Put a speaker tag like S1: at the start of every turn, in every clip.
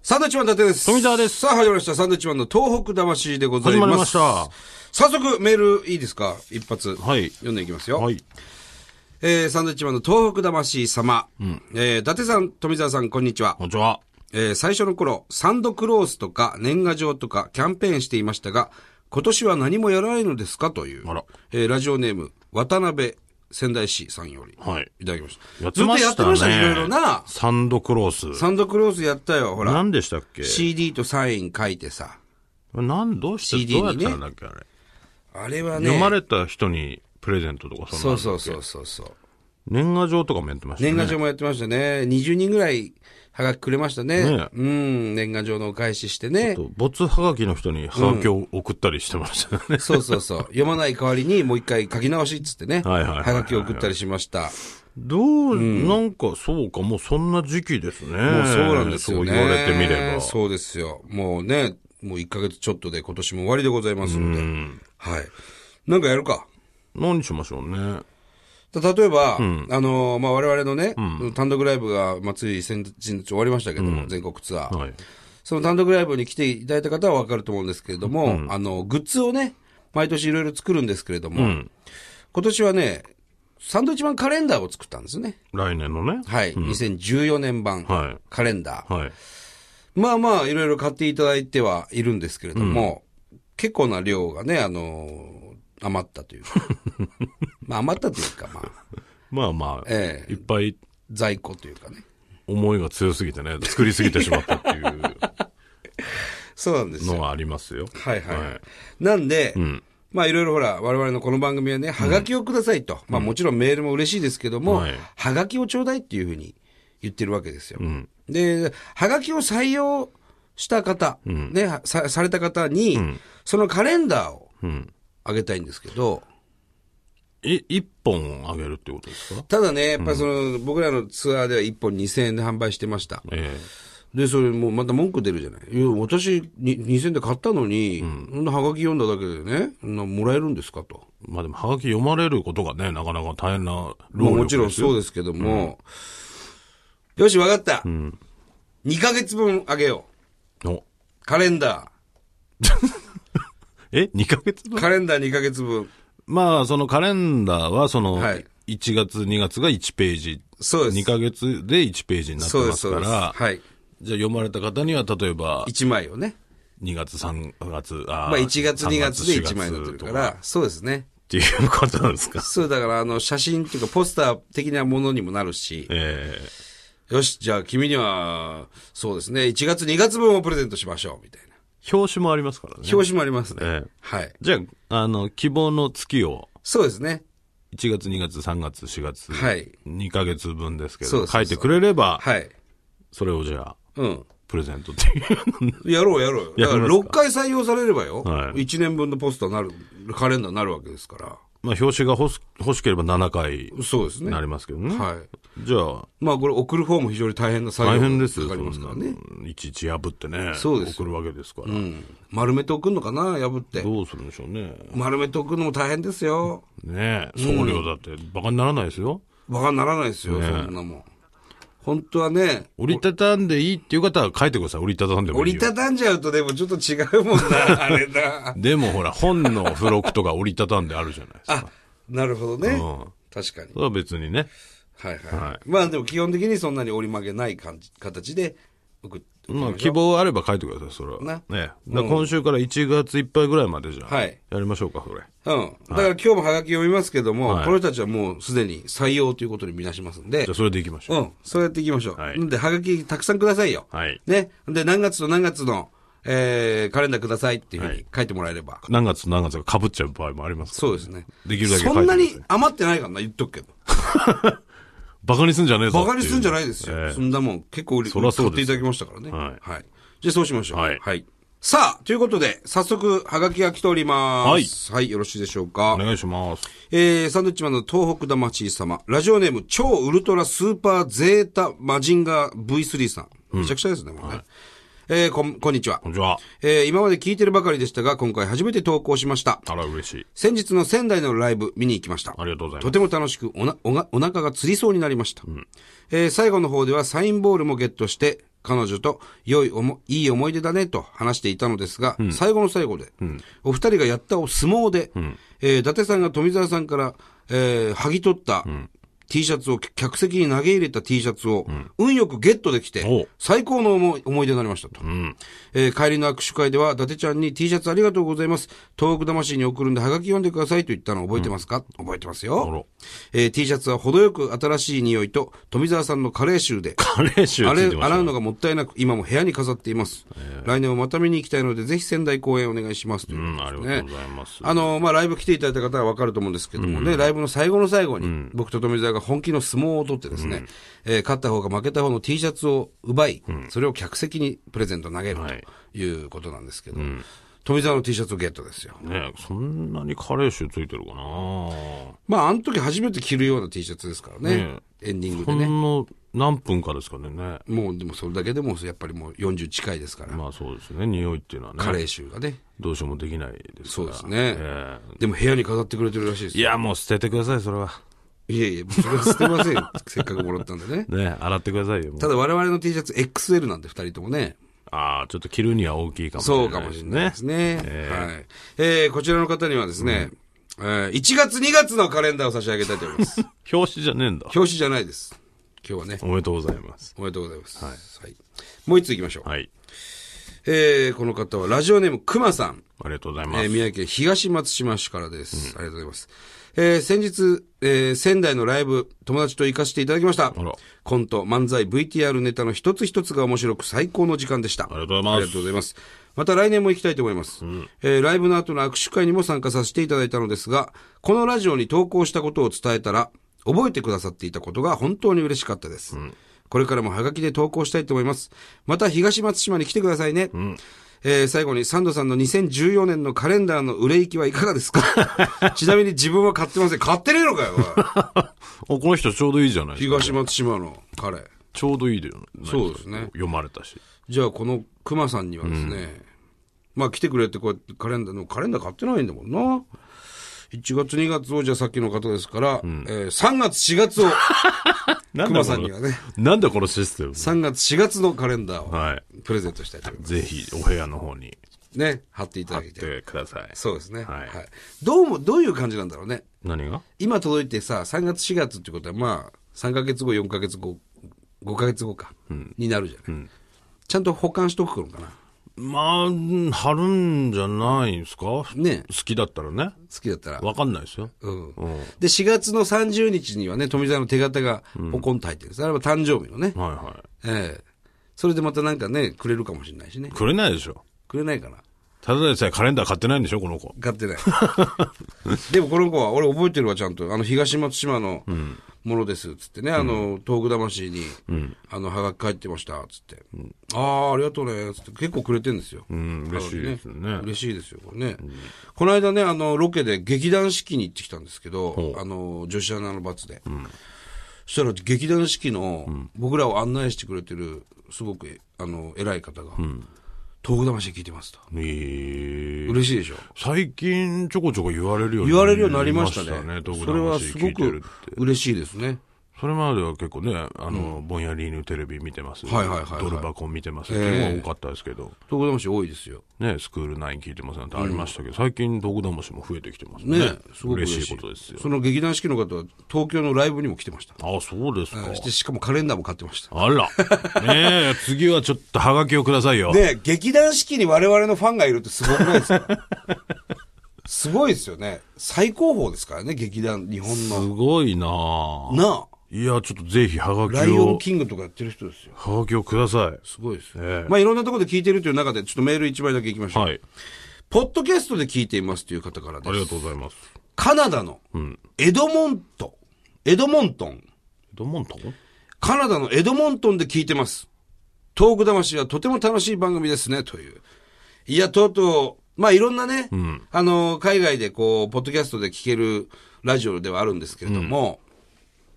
S1: サンドウィッチマン伊達です。
S2: 富澤です
S1: さあ始まりました。サンドウィッチマンの東北魂でございます。
S2: 始まりました
S1: 早速メールいいですか一発。
S2: はい
S1: 読んでいきますよ。
S2: はい。
S1: えー、サンドウィッチマンの東北魂様。えー、伊達さん、富澤さん、こんにちは。
S2: こんにちは。
S1: えー最初の頃、サンドクロースとか年賀状とかキャンペーンしていましたが、今年は何もやらないのですかという
S2: あら、
S1: えーラジオネーム、渡辺仙台市さんより、
S2: はい。
S1: いただきました。
S2: やってま
S1: ずっとや
S2: し
S1: って
S2: た
S1: ま
S2: ね。
S1: したね、いろいろな。
S2: サンドクロース。
S1: サンドクロースやったよ、ほら。
S2: 何でしたっけ
S1: CD とサイン書いてさ。
S2: なん、どうして、
S1: CD
S2: どうやっ
S1: にね
S2: たんだっけあれ。
S1: あれはね、
S2: 読まれた人にプレゼントとか、
S1: そ
S2: ん
S1: う
S2: な
S1: そうそうそうそう。
S2: 年賀状とかもやってましたね。
S1: 年賀状もやってましたね。20人ぐらい、はがきくれましたね。
S2: ね
S1: うん、年賀状のお返ししてね。
S2: と没はがきの人にはがきを送ったりしてましたね。
S1: そうそうそう。 読まない代わりにもう一回書き直しっつってね。
S2: はいはいはいはい
S1: がきを送ったりしました。
S2: どう、なんかそうか、もうそんな時期ですね。もう
S1: もうそうなんですよね。
S2: そう言われてみれば。
S1: そうですよ。もうね、もう1ヶ月ちょっとで今年も終わりでございますので。はい。なんかやるか。
S2: 何しましょうね。
S1: た例えば、あのーまあ、我々のね、単独ライブが、まあ、つい先日終わりましたけども、全国ツアー。
S2: はい。
S1: その単独ライブに来ていただいた方はわかると思うんですけれども、あの、グッズをね、毎年いろいろ作るんですけれども、今年はね、サンドイッチマンカレンダーを作ったんですね。
S2: 来年のね。
S1: はい。2014年版、
S2: は
S1: カレンダー。
S2: い。はい。
S1: まあまあ、いろいろ買っていただいてはいるんですけれども、結構な量がね、あのー余った というか。まあ余ったというか、まあ、
S2: まあまあ、
S1: ええ
S2: いっぱい
S1: 在庫というかね。
S2: 思いが強すぎてね、作りすぎてしまったっていう。
S1: そうなんですよ
S2: の。はありますよ。
S1: はいはいはい。
S2: はい
S1: なんで、まあいろいろほら、我々のこの番組はね、はがきをくださいと。まあもちろんメールも嬉しいですけども、
S2: はい
S1: はがきをちょうだいっていうふうに言ってるわけですよ。で、はがきを採用した方、ね、さ、された方に、そのカレンダーをあげたいんですけど、
S2: え、一本あげるってことですか
S1: ただね、やっぱりその、僕らのツアーでは1本2000円で販売してました。
S2: え
S1: で、それもうまた文句出るじゃない。いや、私に2000円で買ったのに、そんなはがき読んだだけでね、そんなもらえるんですかと。
S2: えまあでも、はがき読まれることがね、なかなか大変な
S1: まあ
S2: 労
S1: もち
S2: 力
S1: ろ
S2: で
S1: ん
S2: すよ。
S1: そうですけども、よし、わかった。2ヶ月分あげよ
S2: お
S1: う。カレンダ
S2: え ?2 ヶ月
S1: ー。
S2: 分
S1: カレンダー2ヶ月分。
S2: まあ、そのカレンダーは、その、
S1: はい
S2: 1月、2月が1ページ。
S1: そうです
S2: 2ヶ月で1ページになって
S1: そうで、
S2: ますす
S1: そう
S2: か
S1: です。
S2: ら、
S1: はい。
S2: じゃあ読まれた方には、例えば、
S1: 1枚をね。
S2: 2月、3月、あ
S1: まあ1月、2月で1枚に
S2: だ
S1: なってるか
S2: っ
S1: ら、そうですね。
S2: ていうことなんですか
S1: そう、だからあの、写真っていうかポスター的なものにもなるし、
S2: ええ
S1: よし、じゃあ君には、そうですね、1月、2月分をプレゼントしましょう、みたいな。
S2: 表紙もありますからね。
S1: 表紙もありますね。
S2: ええ
S1: はい。
S2: じゃあ、あの、希望の月を、
S1: そうですね。
S2: 1月、2月、3月、4月、
S1: はい
S2: 2ヶ月分ですけど、
S1: そうそうそう
S2: 書いてくれれば、
S1: はい。
S2: それをじゃあ、
S1: うん。
S2: プレゼントっていう。
S1: やろうやろうよ。だ
S2: や
S1: か
S2: り
S1: ら
S2: ますか
S1: 6回採用されればよ、
S2: はい
S1: 1年分のポスターになる、カレンダーになるわけですから。
S2: まあ、表紙が欲し欲しければ7回
S1: そうですね。
S2: なりますけどね。
S1: はい。
S2: じゃあ、
S1: まあこれ送る方も非常に大変な作業
S2: 大変
S1: が
S2: ですよ。
S1: かかりますからね。
S2: そんないちいち破ってね。
S1: そうです
S2: 送るわけですから、
S1: うん。丸めて送るのかな、破って。
S2: どうするんでしょうね。
S1: 丸めて送るのも大変ですよ。
S2: ねえ、送料だってバカにならないですよ。
S1: バカにならないですよ、
S2: ね
S1: そんなもん。本当はね、
S2: 折りたたんでいいっていう方は書いてください。折りたたんでもいい
S1: 折
S2: よ。
S1: りたたんじゃうとでもちょっと違うもん な、あれな。
S2: でもほら、本の付録とか折りたたんであるじゃないですか。
S1: あ、なるほどね
S2: うん。
S1: 確かに
S2: そ。れは別にね。
S1: はいはい。
S2: はい
S1: まあでも基本的にそんなに折り曲げない感じ形で送って。
S2: まあ、希望あれば書いてください、それは。
S1: な
S2: ね。だから今週から1月いっぱいぐらいまでじゃあ、
S1: はい
S2: やりましょうか、それ。
S1: うん。だから今日もハガキ読みますけども、
S2: はい
S1: この人たちはもうすでに採用ということに見出しますんで
S2: じゃあ、、それでいきましょう。
S1: うん。そうやっていきましょう。
S2: はい
S1: んで、ハガキたくさんくださいよ。
S2: はい
S1: ね。で、何月と何月の、えー、カレンダーくださいっていうふうに書いてもらえれば。
S2: 何月と何月が被っちゃう場合もありますから
S1: そうですね。
S2: できるだけ書いて
S1: そんな
S2: くだ
S1: に
S2: さい
S1: 余ってないからな、言っとくけど。
S2: バカにすんじゃねえぞ
S1: バカにするんじゃないですよ。
S2: ええ
S1: そんなもん、結構売り、
S2: そりゃそう
S1: 買っ
S2: です
S1: ていただきましたからね。
S2: はい
S1: はい。じゃあそうしましょう。
S2: はい
S1: さあ、ということで、早速、ハガキが来ております。はい。よろしいでしょうか。
S2: お願いします。
S1: えー、サンドイッチマンの東北魂様、ラジオネーム超ウルトラスーパーゼータマジンガー V3 さん。めちゃくちゃですね、もうね。えー、こん、こんにちは
S2: こん。にちは。
S1: えー、今まで聞いてるばかりでしたが、今回初めて投稿しました。
S2: あら、嬉しい。
S1: 先日の仙台のライブ見に行きました。
S2: ありがとうござい
S1: と
S2: ます。
S1: ても楽しくおなおがお腹がつりそうになりました、えー最後の方ではサインボールもゲットして彼女と良いおも、いい思い出だねと話していたのですが、最後の最後で、お二人がやったお相撲で、えー伊達さんが富澤さんから、えー剥ぎ取った、T シャツを客席に投げ入れた T シャツを、運よくゲットでき
S2: お
S1: て、最高の思い思い出になりましたと。えー帰りの握手会では、伊達ちゃんに T シャツありがとうございます。東北魂に送るんで、はがき読んでくださいと言ったのを覚えてますか、覚えてます
S2: あら
S1: よ、えー T シャツは程よく新しい匂いと、富澤さんのカレー臭で、
S2: カレー臭
S1: あ
S2: つい
S1: れ
S2: てました
S1: 洗う
S2: ね
S1: のがもったいなく、今も部屋に飾っています。来年もまた見に行きたいので、ぜひ仙台公演お願いしますといううんこ
S2: あ
S1: と
S2: り
S1: ですね
S2: がとうございます
S1: あの、まあ、ライブ来ていただいた方はわかると思うんですけどもね、ライブの最後の最後に、僕と富澤が本気の相撲を取ってですね、えー勝った方が負けた方の T シャツを奪い、それを客席にプレゼント投げる
S2: はい
S1: ということなんですけど、富澤の T シャツをゲットですよ。
S2: ねそんなにカレー臭ついてるかな
S1: まあ、あの時初めて着るような T シャツですからね
S2: ね、
S1: エンディング
S2: ほ
S1: でね。
S2: んの何分かですかねね。
S1: もう、でもそれだけでも、やっぱりもう40近いですから、
S2: まあそうですね。匂いっていうのはね。
S1: カレー臭がね。
S2: どうしようもできないです
S1: そう
S2: から。
S1: ですね。
S2: え
S1: でも部屋に飾ってくれてるらしいです
S2: えい
S1: よ。
S2: や、もう捨ててください、それは。
S1: いやいや、それは捨てませんよ。 せっかくもらったんでね。
S2: ね洗ってくださいよ。もう
S1: ただ我々の T シャツ XL なんで2人ともね。
S2: ああ、ちょっと着るには大きいかもしれな
S1: そ
S2: い、
S1: うかもしれないです。ね。
S2: ええ
S1: はい。えーこちらの方にはですね、えー1月2月のカレンダーを差し上げたいと思い ます。
S2: 表紙じゃねえんだ。
S1: 表紙じゃないです。今日はね。
S2: おめでとうございます。
S1: おめでとうございます。はい。もう一つ行きましょう。
S2: はい。
S1: えーこの方はラジオネームくまさん。
S2: ありがとうございます。
S1: えー宮城県東松島市からです。ありがとうございます。えー先日、えー仙台のライブ、友達と行かせていただきました
S2: ら。
S1: コント、漫才、VTR ネタの一つ一つが面白く最高の時間でした。あ
S2: りがとうございます
S1: ありがとうございます。また来年も行きたいと思います。えーライブの後の握手会にも参加させていただいたのですが、このラジオに投稿したことを伝えたら、覚えてくださっていたことが本当に嬉しかったです。これからもハガキで投稿したいと思います。また東松島に来てくださいね。えー最後にサンドさんの2014年のカレンダーの売れ行きはいかがですか ちなみに自分は買ってません。買ってねえのかよ、おい
S2: おこの人ちょうどいいじゃないですか。
S1: 東松島のカレー。
S2: ちょうどいいでよ、ね。
S1: そうですね
S2: 読まれたし。
S1: じゃあこの熊さんにはですね、まあ来てくれってこうやってカレンダーのカレンダー買ってないんだもんな。1月2月をじゃあさっきの方ですから、えー3月4月を、
S2: な
S1: 熊さんにはね、
S2: なんだこのシステム。
S1: 3月4月のカレンダーを
S2: はい。
S1: プレゼントしたいと思いま
S2: ぜひ、お部屋の方に
S1: す。ね、貼っていただ
S2: 行
S1: い。
S2: っててください。
S1: そうですね、は。
S2: はいい
S1: どうも、どういう感じなんだろうね。
S2: 何が
S1: 今届いてさ、3月4月ってことはまあ、3ヶ月後、4ヶ月後、5ヶ月後か、になるじゃない、ちゃんと保管しとくのかな。
S2: まあ、貼るんじゃないですか
S1: ね
S2: 好きだったらね。
S1: 好きだったら。
S2: わかんないですよ。
S1: うんで、4月の30日にはね、富澤の手形がポコンと入ってるんです。あれは誕生日のね。
S2: はいは
S1: ええそれでまたなんかね、くれるかもしれないしね
S2: い。。くれないでしょ。
S1: くれないかな。
S2: ただでさえカレンダー買ってないんでしょ、この子。
S1: 買 ってない。でもこの子は、俺覚えてるわ、ちゃんと。あの、東松島のものです、つってね。あの、東北魂に、あの、はがき帰ってました、つって。ああ、ありがとうね、つって。結構くれてるんですよ。
S2: うん、嬉しいですよね。
S1: 嬉しいですよ、これね。この間ね、あの、ロケで劇団四季に行ってきたんですけど
S2: ほ、う
S1: あの、女子アナの罰で。そしたら劇団四季の、僕らを案内してくれてる、すごく、あの、偉い方が、東北魂聞いてますと。
S2: えー
S1: 嬉しいでしょ。
S2: 最近ちょこちょこ言われるように
S1: 言われるようになりましたね。
S2: どこ
S1: それはすごく嬉しいですね。
S2: それまでは結構ね、あの、ぼんやりのテレビ見てます。
S1: はいはいはいはい
S2: ドル箱見てますっていうのが多かったですけど、
S1: 東北魂多いですよ。
S2: ね、スクール9聞いてますなんてありましたけど、最近、道具魂も増えてきてますね。
S1: ねすごく嬉しい
S2: 嬉しいことですよ。
S1: その劇団四季の方は、東京のライブにも来てました。
S2: あ、そうですか。
S1: でしかもカレンダーも買ってました。
S2: あ ら。ねえ、次はちょっとハガキをくださいよ。
S1: ね劇団四季に我々のファンがいるってすごくないです かすごいですよね。最高峰ですからね、劇団、日本
S2: す
S1: の。
S2: ごいなあ
S1: なあ、
S2: いや、ちょっとぜひハガ
S1: ラ
S2: キ
S1: イオ
S2: を
S1: ン、キングとかやってる人ですよ。
S2: ハガキをください。
S1: すごいですよ。
S2: ええ
S1: まあいろんなところで聞いてるという中で、ちょっとメール一枚だけいきましょう。
S2: はい。
S1: ポッドキャストで聞いていますという方からです。
S2: ありがとうございます。
S1: カナダのエドモント、エドモントン。
S2: ドモントン
S1: カナダのエドモントンで聞いてます。トーク魂はとても楽しい番組ですね、という。いや、とうとう、まあ、いろんなね、あの、海外でこう、ポッドキャストで聞けるラジオではあるんですけれども、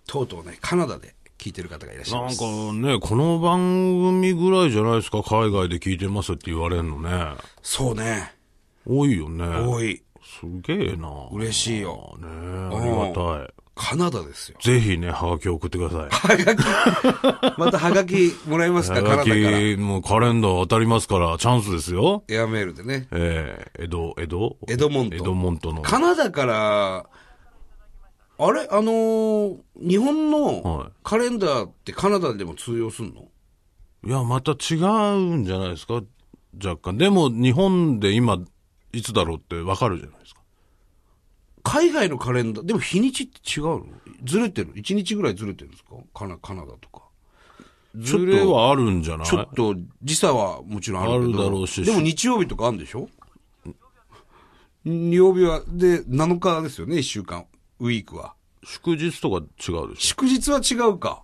S1: とうとうね、カナダで聞いてる方がいらっしゃい
S2: な
S1: ま
S2: ん
S1: す。
S2: かね、この番組ぐらいじゃないですか、海外で聞いてますって言われるのね。
S1: そうね、
S2: 多いよね。
S1: 多い。
S2: すげえな。
S1: 嬉しいよ。
S2: ねえありがたい。
S1: カナダですよ。
S2: ぜひね、はがき送ってくだ さい。
S1: はがき、またはがきもらえますか、
S2: は
S1: カナ
S2: が
S1: ダから。
S2: き、もうカレンダー当たりますから、チャンスですよ。
S1: エアメールでね。
S2: えー、江戸、江戸
S1: エドモン
S2: 江
S1: ト
S2: 戸モントの。
S1: カナダから、あれあのー日本
S2: はい
S1: のカレンダーってカナダでも通用すんの
S2: いや、また違うんじゃないですか若干。でも、日本で今、いつだろうってわかるじゃないですか。
S1: 海外のカレンダー、でも日にちって違うのずれてる ?1 日ぐらいずれてるんですかカナカナダとか。
S2: ずれはあるんじゃない
S1: ちょっと時差はもちろんあるけど。
S2: あるだろうし
S1: でも日曜日とかあるんでしょ日曜日は、で、7日ですよね、1週間。ウィークは。
S2: 祝日とか違うでし
S1: 祝日は違うか。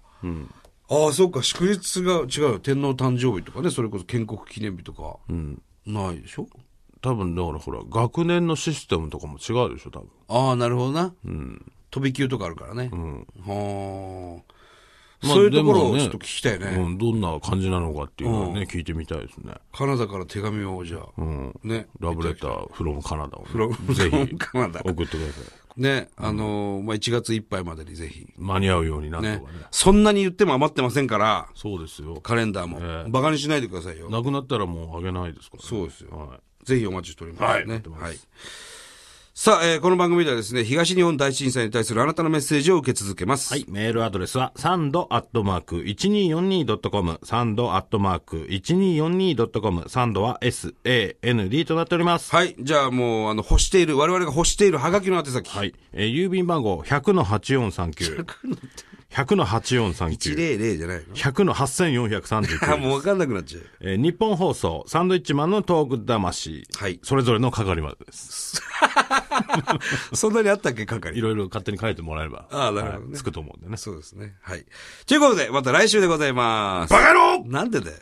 S1: ああ、そうか、祝日が違うよ。天皇誕生日とかね、それこそ建国記念日とか。ないでしょ
S2: ょ多分、だからほら、学年のシステムとかも違うでしょ多分。
S1: ああ、なるほどな。飛び級とかあるからね。はあ。
S2: まあ
S1: そういうところ
S2: でも
S1: を
S2: ね
S1: ちょっと聞きたいね。
S2: うん、どんな感じなのかっていうのはね、聞いてみたいですね。
S1: カナダから手紙をじゃあ、ね。
S2: ラブレター、フロムカナダを、ね。
S1: ロム
S2: ぜ
S1: from
S2: ひ、
S1: カナダ
S2: 送ってください。
S1: ね、あのーまあ、1月いっぱいまでにぜひ。
S2: 間に合うようになんとか
S1: ね
S2: ね。。
S1: そんなに言っても余ってませんから、
S2: そうですよ。
S1: カレンダーも。
S2: ええ
S1: バカにしないでくださいよ。
S2: なくなったらもうあげないですから、ね。
S1: そうですよ
S2: はい。
S1: ぜひお待ちしております
S2: はい
S1: ね。はい。さあ、えーこの番組ではですね、東日本大震災に対するあなたのメッセージを受け続けます。
S2: はい。メールアドレスは、サンドアットマーク 1242.com、サンドアットマーク 1242.com、サンドは SAND となっております。
S1: はい。じゃあもう、あの、欲している、我々が欲しているハガキの宛先。
S2: はい。えー郵便番号100-8439。100-8439。
S1: 100じゃないのあ、
S2: 100-8439。
S1: もう分かんなくなっちゃう。
S2: えー日本放送、サンドイッチマンのトーク魂。
S1: はい
S2: それぞれの係までです。
S1: そんなにあったっけ、
S2: い
S1: 係。
S2: ろいろ勝手に書いてもらえば。
S1: ああなるほどね
S2: はいつくと思うんでね。
S1: そうですね。はい。ということで、また来週でございます。
S2: 野郎
S1: なんでだよ。